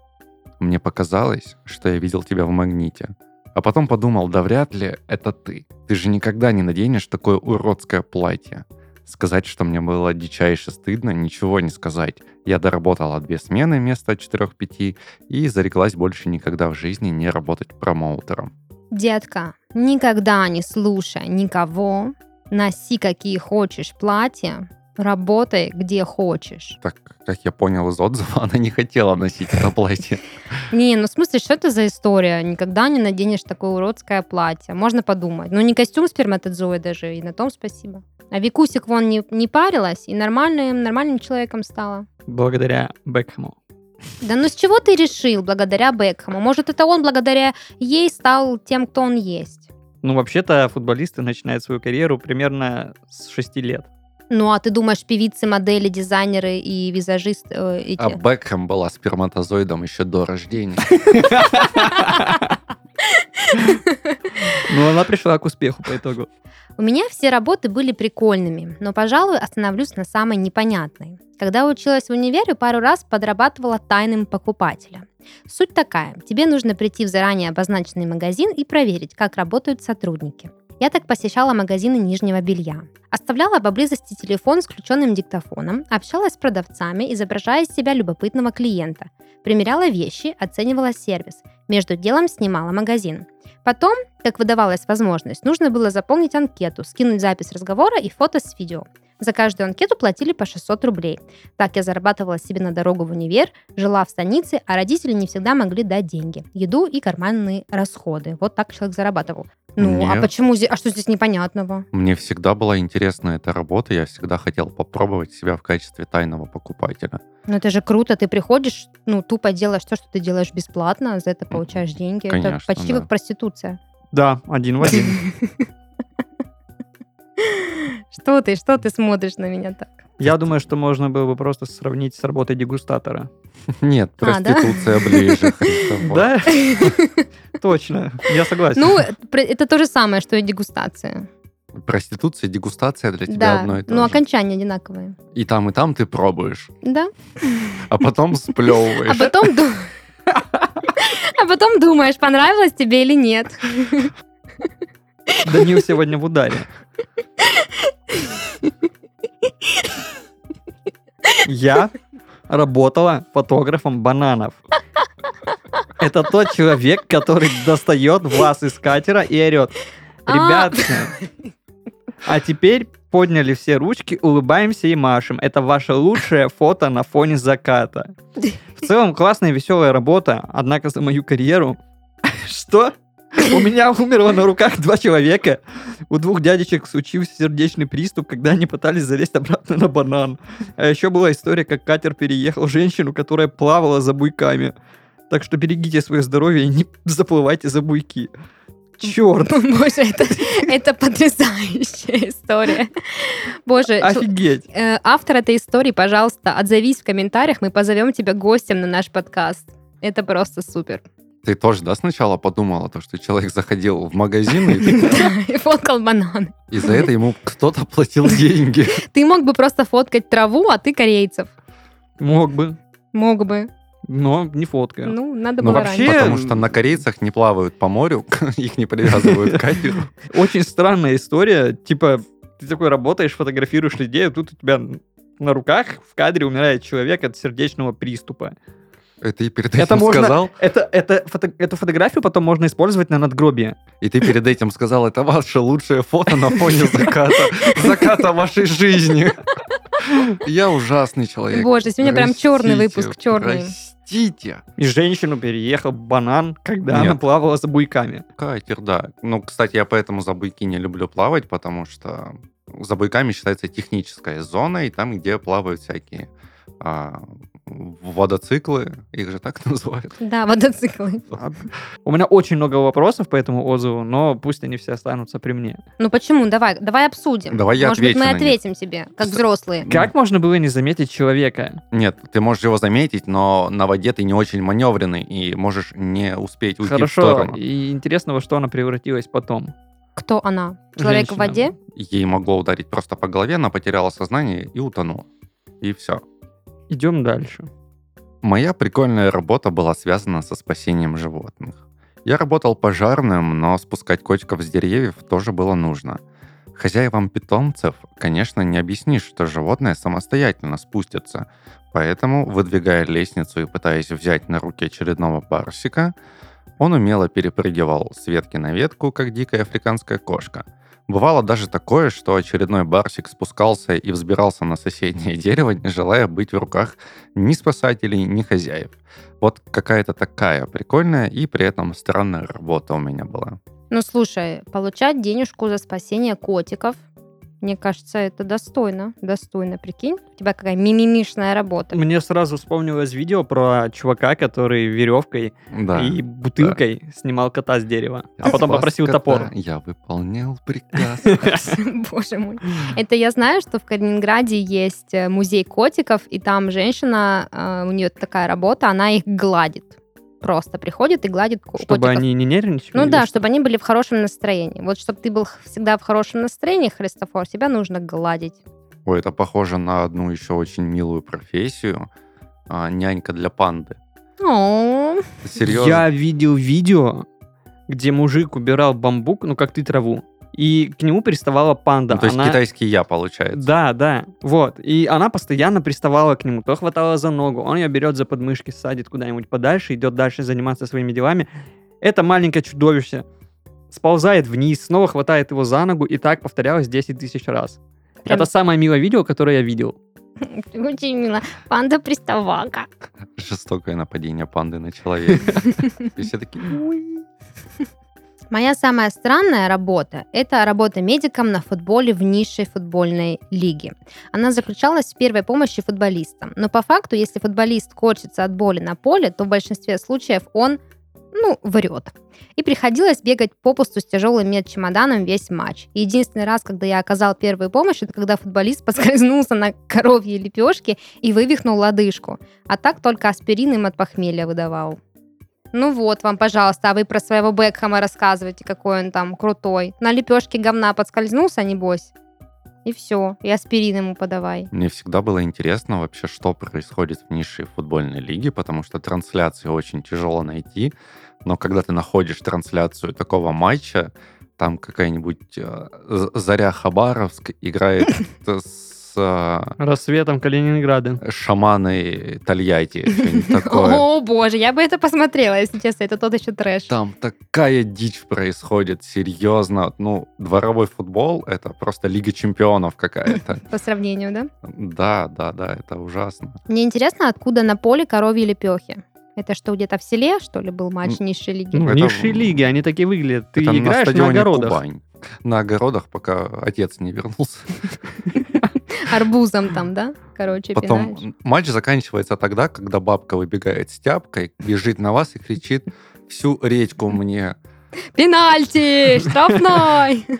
Мне показалось, что я видел тебя в магните. А потом подумал, да вряд ли это ты. Ты же никогда не наденешь такое уродское платье. Сказать, что мне было дичайше стыдно, ничего не сказать. Я доработала две смены вместо 4-5 и зареклась больше никогда в жизни не работать промоутером.
Детка, никогда не слушай никого, носи какие хочешь платья, работай где хочешь.
Так как я понял из отзыва, она не хотела носить это платье.
Не, ну в смысле, что это за история? Никогда не наденешь такое уродское платье. Можно подумать. Ну не костюм сперматозоида даже, и на том спасибо. А Викусик вон не, не парилась и нормальным, нормальным человеком стала.
Благодаря Бекхэму.
Да ну с чего ты решил благодаря Бекхэму? Может, это он благодаря ей стал тем, кто он есть?
Ну, вообще-то футболисты начинают свою карьеру примерно с 6 лет.
Ну, а ты думаешь, певицы, модели, дизайнеры и визажисты... э, эти-
А Бекхэм была сперматозоидом еще до рождения.
Ну, Но она пришла к успеху по итогу.
У меня все работы были прикольными, но, пожалуй, остановлюсь на самой непонятной. Когда училась в универе, пару раз подрабатывала тайным покупателем. Суть такая. Тебе нужно прийти в заранее обозначенный магазин и проверить, как работают сотрудники. Я так посещала магазины нижнего белья. Оставляла поблизости телефон с включенным диктофоном, общалась с продавцами, изображая из себя любопытного клиента, примеряла вещи, оценивала сервис, между делом снимала магазин. Потом как выдавалась возможность, нужно было заполнить анкету, скинуть запись разговора и фото с видео. За каждую анкету платили по 600 рублей. Так я зарабатывала себе на дорогу в универ, жила в станице, а родители не всегда могли дать деньги, еду и карманные расходы. Вот так человек зарабатывал. Ну, а
Нет.
почему здесь, а что здесь непонятного?
Мне всегда была интересна эта работа, я всегда хотел попробовать себя в качестве тайного покупателя.
Ну, это же круто, ты приходишь, ну, тупо делаешь то, что ты делаешь бесплатно, за это получаешь деньги. это
конечно,
почти
да.
как проституция.
Да, один в один.
Что ты, что ты смотришь на меня так?
Я думаю, что можно было бы просто сравнить с работой дегустатора.
Нет,
А, да?
проституция ближе. Христофор.
Да? Точно, я согласен.
Ну, про- это то же самое, что и дегустация.
Проституция и дегустация для тебя
да, Ну, а
одно и то
но
же.
окончания одинаковые.
И там, и там ты пробуешь,
Да.
а потом
А
сплевываешь.
потом, ду- а потом думаешь, понравилось тебе или нет.
Данил сегодня в ударе. Я работала фотографом бананов. Это тот человек, который достает вас из катера и орет.
А.
Ребятки, а теперь подняли все ручки, улыбаемся и машем. Это ваше лучшее фото на фоне заката. В целом классная и веселая работа, однако за мою карьеру... Что? У меня умерло на руках два человека. У двух дядечек случился сердечный приступ, когда они пытались залезть обратно на банан. А еще была история, как катер переехал женщину, которая плавала за буйками. Так что берегите свое здоровье и не заплывайте за буйки. Черт,
Боже, это, это потрясающая история. Боже,
А
чел-
офигеть.
э, автор этой истории, пожалуйста, отзовись в комментариях, мы позовем тебя гостем на наш подкаст. Это просто супер.
Ты тоже, да, сначала подумала, то, что человек заходил в магазин, и
Да, и фоткал банан.
и за это ему кто-то платил деньги.
Ты мог бы просто фоткать траву, а ты корейцев.
Мог бы,
Мог бы.
но не фоткаю.
Ну, надо
Ну,
было
вообще,
раньше.
потому что на корейцах не плавают по морю, их не привязывают к катеру.
Очень странная история. Типа, ты такой работаешь, фотографируешь людей, а тут у тебя на руках в кадре умирает человек от сердечного приступа.
И ты перед
Это
этим
можно-
сказал,
Это, это, фото- эту фотографию потом можно использовать на надгробие.
и ты перед этим сказал, это ваше лучшее фото на фоне заката, заката вашей жизни. Я ужасный человек.
Боже, сегодня прям черный
Простите,
выпуск, черный.
Простите.
И женщину переехал банан, когда она
Нет.
плавала за буйками.
Катер, да. Ну, кстати, я поэтому за буйки не люблю плавать, потому что за буйками считается техническая зона, и там, где плавают всякие а, водоциклы, их же так называют.
Да, водоциклы.
А, У меня очень много вопросов по этому отзыву, но пусть они все останутся при мне.
Ну почему? Давай, давай обсудим.
Давай я
Может
отвечу
быть, мы
на них.
ответим тебе, как
С-
взрослые.
Как можно было не заметить человека?
Нет, ты можешь его заметить, но на воде ты не очень маневренный и можешь не успеть уйти в
Хорошо,
сторону.
и интересно, во что она превратилась потом.
Кто она? Человек в
Женщина.
воде?
Ей могло ударить просто по голове, она потеряла сознание и утонула. И все.
Идем дальше.
Моя прикольная работа была связана со спасением животных. Я работал пожарным, но спускать котиков с деревьев тоже было нужно. Хозяевам питомцев, конечно, не объяснишь, что животное самостоятельно спустится, поэтому, выдвигая лестницу и пытаясь взять на руки очередного барсика, он умело перепрыгивал с ветки на ветку, как дикая африканская кошка. Бывало даже такое, что очередной барсик спускался и взбирался на соседнее дерево, не желая быть в руках ни спасателей, ни хозяев. Вот какая-то такая прикольная и при этом странная работа у меня была.
Ну слушай, получать денежку за спасение котиков Мне кажется, это достойно. Достойно, прикинь. У тебя какая мимимишная работа.
Мне сразу вспомнилось видео про чувака, который веревкой
Да.
и бутылкой снимал кота с дерева, а
Я
потом
спас
попросил
кота,
топор.
Я выполнял приказ.
Боже мой. Это я знаю, что в Калининграде есть э, музей котиков, и там женщина, э, у нее такая работа, она их гладит. Просто приходит и гладит ко-
Чтобы
котиков.
они не нервничали.
Ну
или
да,
что?
чтобы они были в хорошем настроении. Вот чтобы ты был х- всегда в хорошем настроении, Христофор, тебя нужно гладить.
Ой, это похоже на одну еще очень милую профессию. а, нянька для панды.
О,
Серьезно?
Я видел видео, где мужик убирал бамбук, ну как ты траву, и к нему приставала панда.
Ну, то есть
Она-
китайский я, получается.
Да, да, вот. И она постоянно приставала к нему, то хватала за ногу, он ее берет за подмышки, садит куда-нибудь подальше, идет дальше заниматься своими делами. Это маленькое чудовище сползает вниз, снова хватает его за ногу, и так повторялось 10 тысяч раз.
Прям-
Это самое милое видео, которое я видел.
очень мило. Панда приставака.
Жестокое нападение панды на человека. И все такие, «Уй».
Моя самая странная работа – это работа медиком на футболе в низшей футбольной лиге. Она заключалась в первой помощи футболистам. Но по факту, если футболист корчится от боли на поле, то в большинстве случаев он, ну, врет. И приходилось бегать попусту с тяжелым медчемоданом весь матч. И единственный раз, когда я оказал первую помощь, это когда футболист поскользнулся на коровьей лепешке и вывихнул лодыжку. А так только аспирин им от похмелья выдавал. Ну вот вам, пожалуйста, а вы про своего Бекхэма рассказывайте, какой он там крутой. На лепешке говна подскользнулся, а небось. И все, и аспирин ему подавай.
Мне всегда было интересно вообще, что происходит в низшей футбольной лиге, потому что трансляции очень тяжело найти. Но когда ты находишь трансляцию такого матча, там какая-нибудь э, З- Заря Хабаровск играет с э,
Рассветом Калининграда.
шаманы Тольятти. что-нибудь такое.
О, боже, я бы это посмотрела, если честно, это тот еще трэш.
Там такая дичь происходит, серьезно. Ну, дворовой футбол — это просто Лига чемпионов какая-то.
По сравнению, да?
Да, да, да, это ужасно.
Мне интересно, откуда на поле коровьи лепехи? Это что, где-то в селе, что ли, был матч низшей лиги?
Ну,
Это-
низшие лиги, они такие выглядят. Ты
Это
играешь на,
стадионе
огородах.
Кубань. На огородах, пока отец не вернулся. Арбузом
Арбузом там, да? Короче,
Потом
пинаешь.
матч заканчивается тогда, когда бабка выбегает с тяпкой, бежит на вас и кричит всю речку мне.
Пенальти! Штрафной!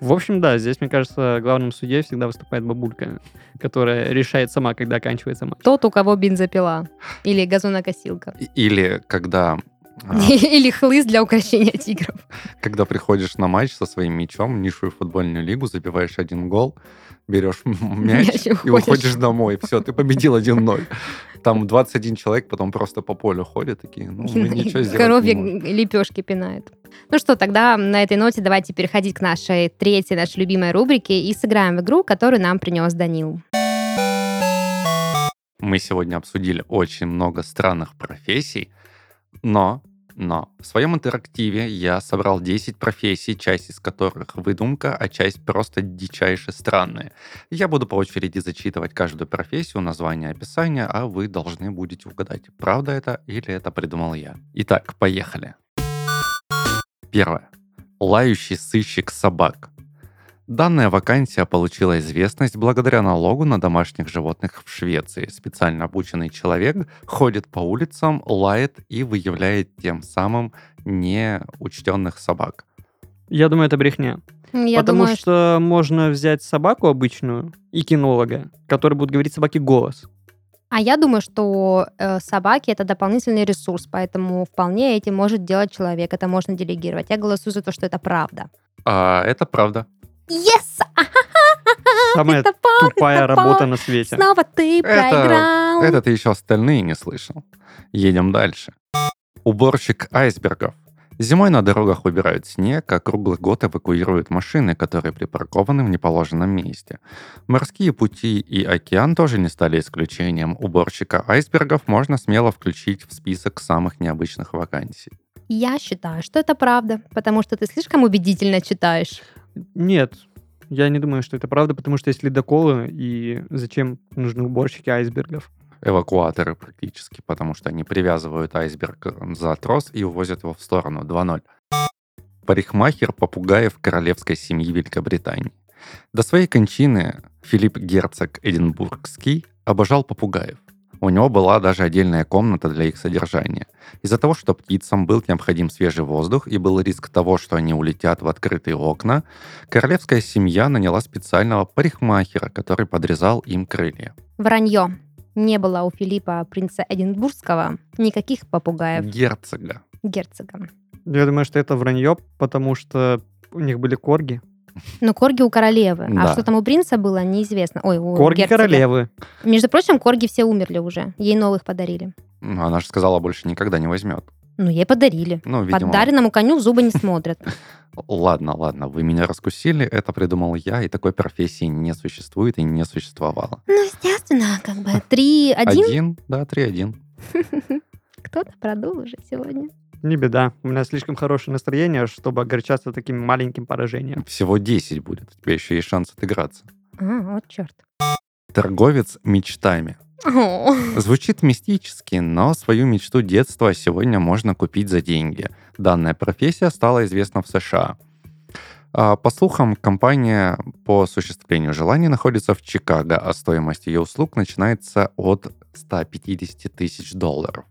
В общем, да, здесь, мне кажется, главным судьей всегда выступает бабулька, которая решает сама, когда оканчивается матч.
Тот, у кого бензопила. Или газонокосилка.
И- Или когда, а,
Или хлыст для украшения тигров.
когда приходишь на матч со своим мячом, в низшую футбольную лигу, забиваешь один гол, берешь м- мяч
Мяч и
и
уходишь.
уходишь домой. Все, ты победил 1-0. Там 21 человек потом просто по полю ходят такие, ну, мы ничего сделать не
Коровьи
можем».
лепешки пинают. Ну что, тогда на этой ноте давайте переходить к нашей третьей, нашей любимой рубрике и сыграем в игру, которую нам принес Данил.
Мы сегодня обсудили очень много странных профессий, но, но в своем интерактиве я собрал 10 профессий, часть из которых выдумка, а часть просто дичайше странные. Я буду по очереди зачитывать каждую профессию, название, описание, а вы должны будете угадать, правда это или это придумал я. Итак, поехали. Первое. Лающий сыщик собак. Данная вакансия получила известность благодаря налогу на домашних животных в Швеции. Специально обученный человек ходит по улицам, лает и выявляет тем самым неучтенных собак.
Я думаю, это брехня.
Я
Потому
думаю, что...
что можно взять собаку обычную и кинолога, который будет говорить собаке голос.
А я думаю, что э, собаки это дополнительный ресурс, поэтому вполне этим может делать человек, это можно делегировать. Я голосую за то, что это правда.
А это правда.
Yes! А,
Самая
это пар,
Тупая
это
работа
пар.
на свете.
Снова ты проиграл.
Это ты еще остальные не слышал. Едем дальше. Уборщик айсбергов. Зимой на дорогах убирают снег, а круглый год эвакуируют машины, которые припаркованы в неположенном месте. Морские пути и океан тоже не стали исключением. Уборщика айсбергов можно смело включить в список самых необычных вакансий.
Я считаю, что это правда, потому что ты слишком убедительно читаешь.
Нет, я не думаю, что это правда, потому что есть ледоколы, и зачем нужны уборщики айсбергов?
Эвакуаторы практически, потому что они привязывают айсберг э, за трос и увозят его в сторону 2-0. Парикмахер попугаев королевской семьи Великобритании. До своей кончины Филипп Герцог Эдинбургский обожал попугаев. У него была даже отдельная комната для их содержания. Из-за того, что птицам был необходим свежий воздух и был риск того, что они улетят в открытые окна, королевская семья наняла специального парикмахера, который подрезал им крылья.
Вранье. Не было у Филиппа, принца Эдинбургского, никаких попугаев
Герцога.
герцога.
Я думаю, что это вранье, потому что у них были корги.
Но корги у королевы.
Да.
А что там у принца было, неизвестно. Ой, у
Корги
герцога.
королевы.
Между прочим, корги все умерли уже. Ей новых подарили.
Ну, Она же сказала, больше никогда не возьмет.
Ну, ей подарили.
Ну, видимо,
Подаренному коню в зубы не смотрят.
ладно, ладно, вы меня раскусили, это придумал я, и такой профессии не существует и не существовало.
Ну, естественно, как бы. Три, один.
Один? Да, три, один.
Кто-то продул уже сегодня.
Не беда. У меня слишком хорошее настроение, чтобы огорчаться таким маленьким поражением.
Всего 10 будет, у тебя еще есть шанс отыграться.
А, вот черт.
Торговец мечтами.
О,
Звучит мистически, но свою мечту детства сегодня можно купить за деньги. Данная профессия стала известна в США. А, По слухам, компания по осуществлению желаний находится в Чикаго, а стоимость ее услуг начинается от 150 тысяч долларов.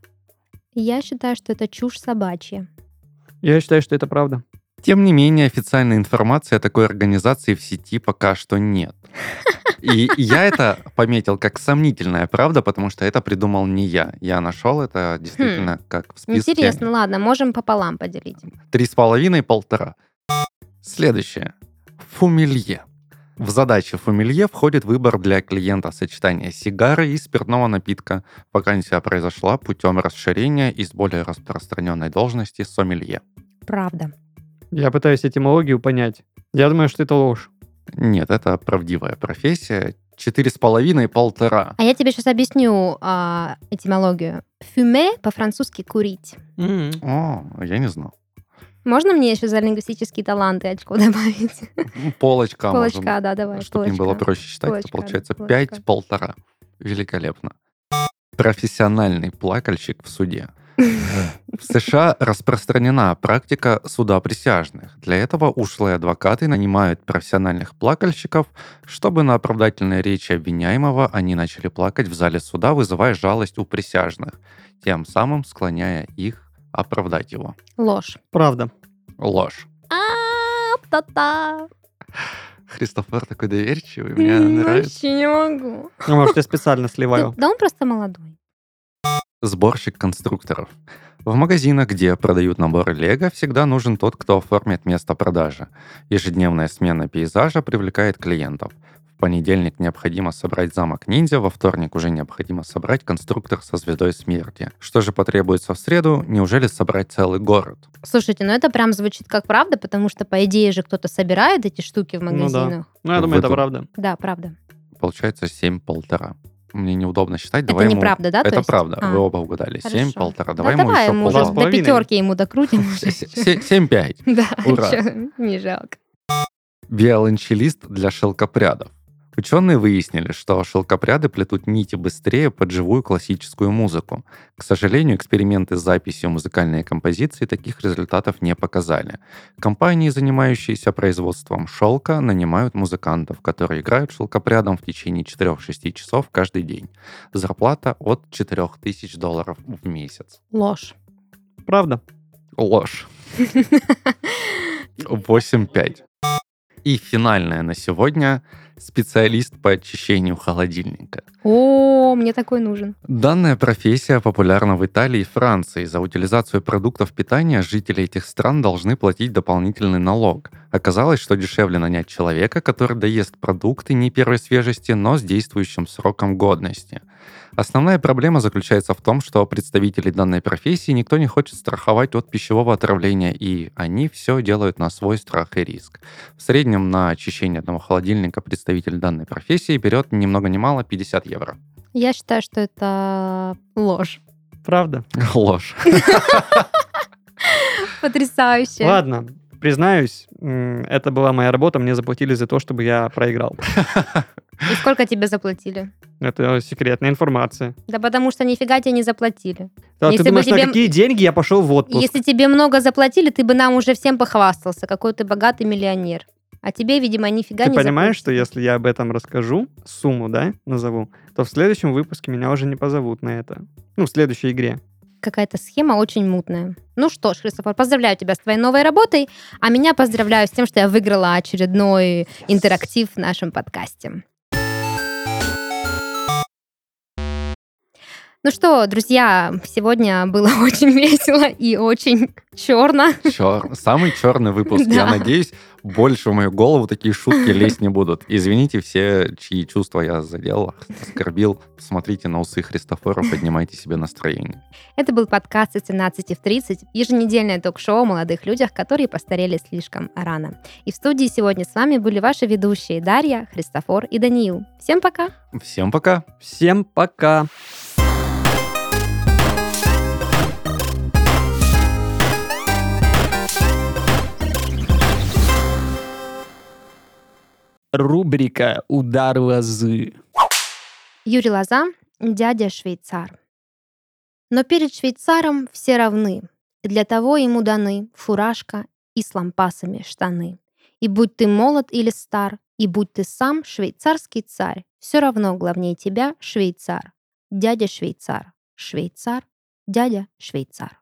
Я считаю, что это чушь собачья.
Я считаю, что это правда.
Тем не менее, официальной информации о такой организации в сети пока что нет. И я это пометил как сомнительная правда, потому что это придумал не я. Я нашел это действительно как в списке.
Интересно, ладно, можем пополам поделить.
Три с половиной, полтора. Следующее. Фумилье. В задачи фумилье входит выбор для клиента сочетания сигары и спиртного напитка. Вакансия произошла путем расширения из более распространенной должности сомелье.
Правда.
Я пытаюсь этимологию понять. Я думаю, что это ложь.
Нет, это правдивая профессия. Четыре с половиной, полтора.
А я тебе сейчас объясню а, этимологию. Фюме по-французски курить.
О, я не знал.
Можно мне еще за лингвистические таланты очко добавить?
Ну, Полочка, может
Полочка, да, давай.
Чтобы не
полочка.
было проще считать,
Полочка,
то получается
полочка.
пять, полтора. Великолепно. Профессиональный плакальщик в суде. В США распространена практика суда присяжных. Для этого ушлые адвокаты нанимают профессиональных плакальщиков, чтобы на оправдательной речи обвиняемого они начали плакать в зале суда, вызывая жалость у присяжных, тем самым склоняя их оправдать его.
Ложь.
Правда.
Ложь.
А, та-та.
Христофор такой доверчивый, мне
ну
нравится.
Вообще не могу.
Ну, может, я специально сливаю.
Да он просто молодой.
Сборщик конструкторов. В магазинах, где продают наборы Лего, всегда нужен тот, кто оформит место продажи. Ежедневная смена пейзажа привлекает клиентов. В понедельник необходимо собрать замок ниндзя, во вторник уже необходимо собрать конструктор со звездой смерти. Что же потребуется в среду? Неужели собрать целый город?
Слушайте, ну это прям звучит как правда, потому что, по идее же, кто-то собирает эти штуки в
Ну да.
магазинах.
Ну, я
В
думаю, это
этом-
правда.
Да, правда.
Получается семь полтора. Мне неудобно считать,
Это
давай ему...
неправда, да? то
Это
есть?
правда,
А,
вы оба угадали.
хорошо.
Семь полтора.
Да,
Давай,
давай
ему
ему
еще
уже
полтора.
полтора.
до
половиной.
пятерки ему докрутим. уже.
Семь пять.
Да,
Ура.
еще не жалко.
Виолончелист для шелкопрядов. Ученые выяснили, что шелкопряды плетут нити быстрее под живую классическую музыку. К сожалению, эксперименты с записью музыкальной композиции таких результатов не показали. Компании, занимающиеся производством шелка, нанимают музыкантов, которые играют шелкопрядом в течение 4-6 часов каждый день. Зарплата от 4000 долларов в месяц.
Ложь.
Правда.
Ложь. 8-5. И финальное на сегодня – специалист по очищению холодильника.
О, мне такой нужен.
Данная профессия популярна в Италии и Франции. За утилизацию продуктов питания жители этих стран должны платить дополнительный налог. Оказалось, что дешевле нанять человека, который доест продукты не первой свежести, но с действующим сроком годности. Основная проблема заключается в том, что представителей данной профессии никто не хочет страховать от пищевого отравления, и они все делают на свой страх и риск. В среднем на очищение одного холодильника представитель данной профессии берет ни много ни мало 50 евро.
Я считаю, что это ложь.
Правда.
Ложь.
Потрясающе.
Ладно, признаюсь, м, это была моя работа, мне заплатили за то, чтобы я проиграл.
И сколько тебе заплатили?
Это секретная информация.
Да потому что нифига тебе не заплатили.
А
Если
ты
бы
думаешь, на
тебе-
какие деньги я пошел в отпуск?
Если тебе много заплатили, ты бы нам уже всем похвастался, какой ты богатый миллионер. А тебе, видимо, нифига
Ты
не
понимаешь, что
захочется.
если я об этом расскажу, сумму, да, назову, то в следующем выпуске меня уже не позовут на это. Ну, в следующей игре.
Какая-то схема очень мутная. Ну что ж, Христофор, поздравляю тебя с твоей новой работой, а меня поздравляю с тем, что я выиграла очередной интерактив в нашем подкасте. Ну что, друзья, сегодня было очень весело и очень черно.
Чёр- Самый черный выпуск. Я
Да.
надеюсь, больше в мою голову такие шутки лезть не будут. Извините все, чьи чувства я задел, оскорбил. Смотрите на усы Христофора, поднимайте себе настроение.
Это был подкаст из 17 в 30, еженедельное ток-шоу о молодых людях, которые постарели слишком рано. И в студии сегодня с вами были ваши ведущие Дарья, Христофор и Даниил. Всем пока!
Всем пока!
Всем пока! Рубрика «Удар лозы».
Юрий Лоза, дядя швейцар. Но перед швейцаром все равны, и для того ему даны фуражка и с лампасами штаны. И будь ты молод или стар, и будь ты сам швейцарский царь, все равно главнее тебя швейцар, дядя швейцар, швейцар, дядя швейцар.